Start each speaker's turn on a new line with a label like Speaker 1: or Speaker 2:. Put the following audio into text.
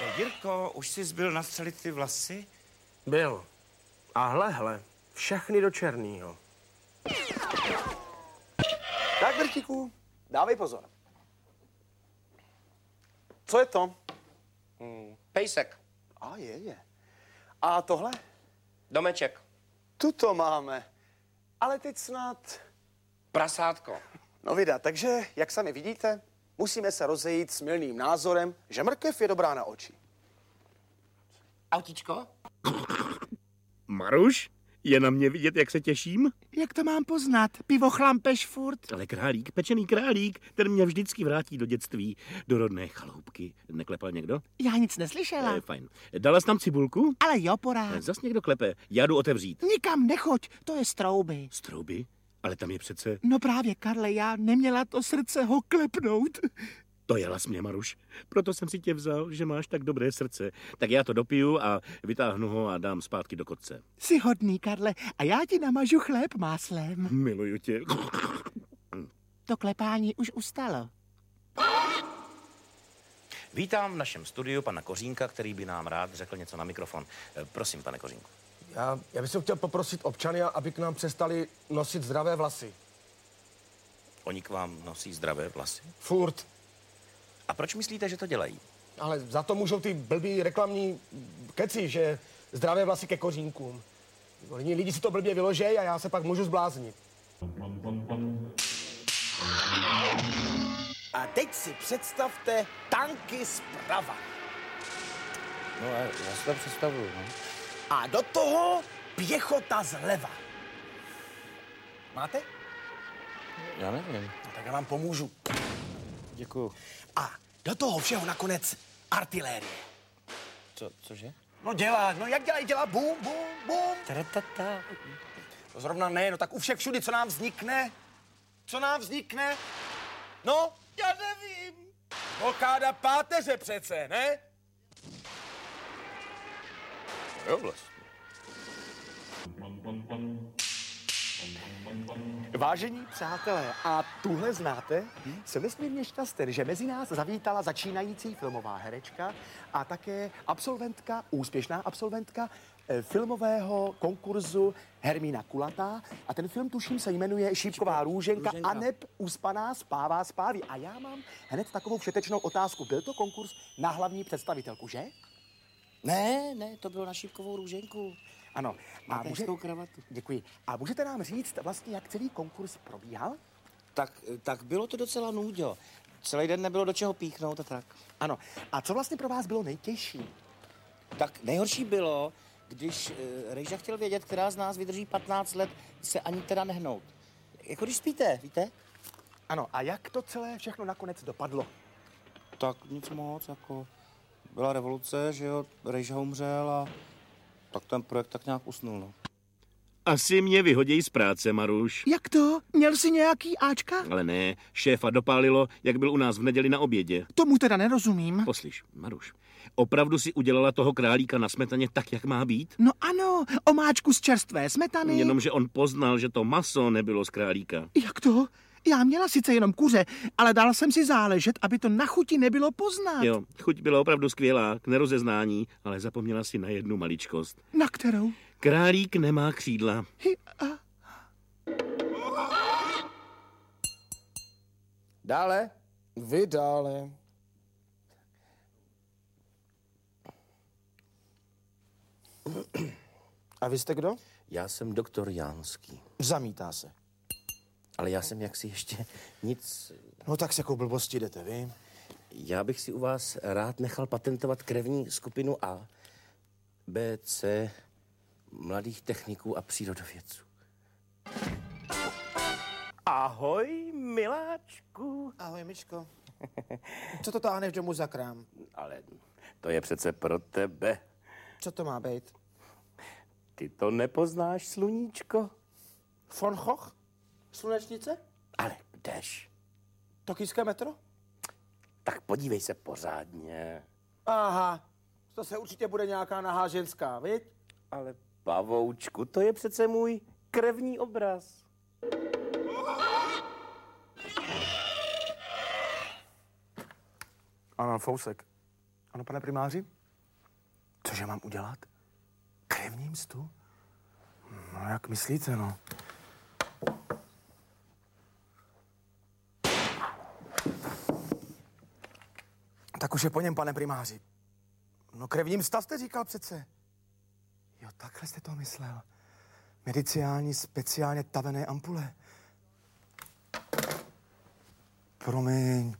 Speaker 1: Eh, Jirko, už jsi zbyl nastřelit ty vlasy?
Speaker 2: Byl. A hlehle, všechny do černýho.
Speaker 3: Tak, Drtiku, dávej pozor. Co je to?
Speaker 4: Pejsek,
Speaker 3: A je, je. A tohle?
Speaker 4: domeček,
Speaker 3: Tuto máme. Ale teď snad...
Speaker 4: prasátko.
Speaker 3: No vida, takže, jak sami vidíte, musíme se rozejít s milným názorem, že mrkev je dobrá na oči.
Speaker 4: Autíčko?
Speaker 5: Maruš, je na mě vidět, jak se těším?
Speaker 6: Jak to mám poznat? Pivo chlampeš furt?
Speaker 5: Ale králík, pečený králík, ten mě vždycky vrátí do dětství, do rodné chaloupky. Neklepal někdo?
Speaker 6: Já nic neslyšela.
Speaker 5: Eh, fajn. Dala jsi tam cibulku?
Speaker 6: Ale jo, porá.
Speaker 5: Eh, Zas někdo klepe. Já jdu otevřít.
Speaker 6: Nikam nechoď, to je strouby.
Speaker 5: Strouby? Ale tam je přece...
Speaker 6: No právě, Karle, já neměla to srdce ho klepnout.
Speaker 5: To jela s mě, Maruš. Proto jsem si tě vzal, že máš tak dobré srdce. Tak já to dopiju a vytáhnu ho a dám zpátky do kotce.
Speaker 6: Jsi hodný, Karle, a já ti namažu chléb máslem.
Speaker 5: Miluju tě.
Speaker 6: To klepání už ustalo.
Speaker 1: Vítám v našem studiu pana Kořínka, který by nám rád řekl něco na mikrofon. Eh, Prosím, pane Kořínku.
Speaker 2: Já, já bych chtěl poprosit občany, aby k nám přestali nosit zdravé vlasy.
Speaker 1: Oni k vám nosí zdravé vlasy.
Speaker 2: Furt.
Speaker 1: A proč myslíte, že to dělají?
Speaker 2: Ale za to můžou ty blbý reklamní keci, že zdravé vlasy ke kořínkům. Lidi, lidi si to blbě vyložej a já se pak můžu zbláznit.
Speaker 3: A teď si představte tanky zprava.
Speaker 4: No, já si to představuju, no.
Speaker 3: A do toho pěchota zleva. Máte?
Speaker 4: Já nevím.
Speaker 3: No, tak já vám pomůžu.
Speaker 4: Děkuju.
Speaker 3: A do toho všeho nakonec artilérie.
Speaker 4: Co, cože?
Speaker 3: No dělá, no jak dělají, dělá bum, bum, bum.
Speaker 4: Tratata.
Speaker 3: To zrovna ne, no tak u všech všudy, co nám vznikne. Co nám vznikne? No, já nevím. Okáda páteře přece, ne?
Speaker 1: Jo, vlastně.
Speaker 3: Vážení přátelé, a tuhle znáte? Jsem nesmírně šťasten, že mezi nás zavítala začínající filmová herečka a také absolventka, úspěšná absolventka eh, filmového konkurzu Hermína Kulatá. A ten film, tuším, se jmenuje Šípková růženka,
Speaker 4: růženka.
Speaker 3: růženka. aneb uspaná spává spáví. A já mám hned takovou všetečnou otázku. Byl to konkurs na hlavní představitelku, že?
Speaker 4: Ne, ne, to bylo na šípkovou růženku.
Speaker 3: Ano. A
Speaker 4: Máte hezkou kravatu.
Speaker 3: Děkuji. A můžete nám říct vlastně, jak celý konkurs probíhal?
Speaker 4: Tak, tak bylo to docela nůdě. Celý den nebylo do čeho píchnout a tak.
Speaker 3: Ano. A co vlastně pro vás bylo nejtěžší?
Speaker 4: Tak nejhorší bylo, když uh, Rejža chtěl vědět, která z nás vydrží 15 let se ani teda nehnout. Jako když spíte, víte?
Speaker 3: Ano, a jak to celé všechno nakonec dopadlo?
Speaker 4: Tak nic moc, jako byla revoluce, že jo, Rejža umřel a tak ten projekt tak nějak usnul, no.
Speaker 5: Asi mě vyhodějí z práce, Maruš.
Speaker 6: Jak to? Měl jsi nějaký áčka?
Speaker 5: Ale ne, šéfa dopálilo, jak byl u nás v neděli na obědě.
Speaker 6: Tomu teda nerozumím.
Speaker 5: Poslyš, Maruš, opravdu si udělala toho králíka na smetaně tak, jak má být?
Speaker 6: No ano, omáčku z čerstvé smetany.
Speaker 5: Jenomže on poznal, že to maso nebylo z králíka.
Speaker 6: Jak to? Já měla sice jenom kuře, ale dal jsem si záležet, aby to na chuti nebylo poznat.
Speaker 5: Jo, chuť byla opravdu skvělá, k nerozeznání, ale zapomněla si na jednu maličkost.
Speaker 6: Na kterou?
Speaker 5: Králík nemá křídla.
Speaker 6: Hi, a...
Speaker 2: Dále? Vy dále. A vy jste kdo?
Speaker 4: Já jsem doktor Jánský,
Speaker 2: Zamítá se.
Speaker 4: ale já jsem jaksi ještě nic...
Speaker 2: No tak s jakou blbostí jdete vy?
Speaker 4: Já bych si u vás rád nechal patentovat krevní skupinu A, B, C, mladých techniků a přírodovědců. Ahoj, miláčku.
Speaker 7: Ahoj, Mičko. Co to táhneš domů za krám?
Speaker 4: Ale to je přece pro tebe.
Speaker 7: Co to má být?
Speaker 4: Ty to nepoznáš, sluníčko.
Speaker 7: Von Hoch? Slunečnice?
Speaker 4: Ale kdež?
Speaker 7: Tokijské metro?
Speaker 4: Tak podívej se pořádně.
Speaker 7: Aha, to se určitě bude nějaká nahá ženská, viď?
Speaker 4: Ale pavoučku, to je přece můj krevní obraz.
Speaker 2: Ano, fousek.
Speaker 3: Ano, pane primáři? Cože mám udělat? Krevní mstu? No, jak myslíte, no? Tak už je po něm, pane primáři. No krevním stav jste říkal přece. Jo, takhle jste to myslel. Mediciální speciálně tavené ampule. Promiň.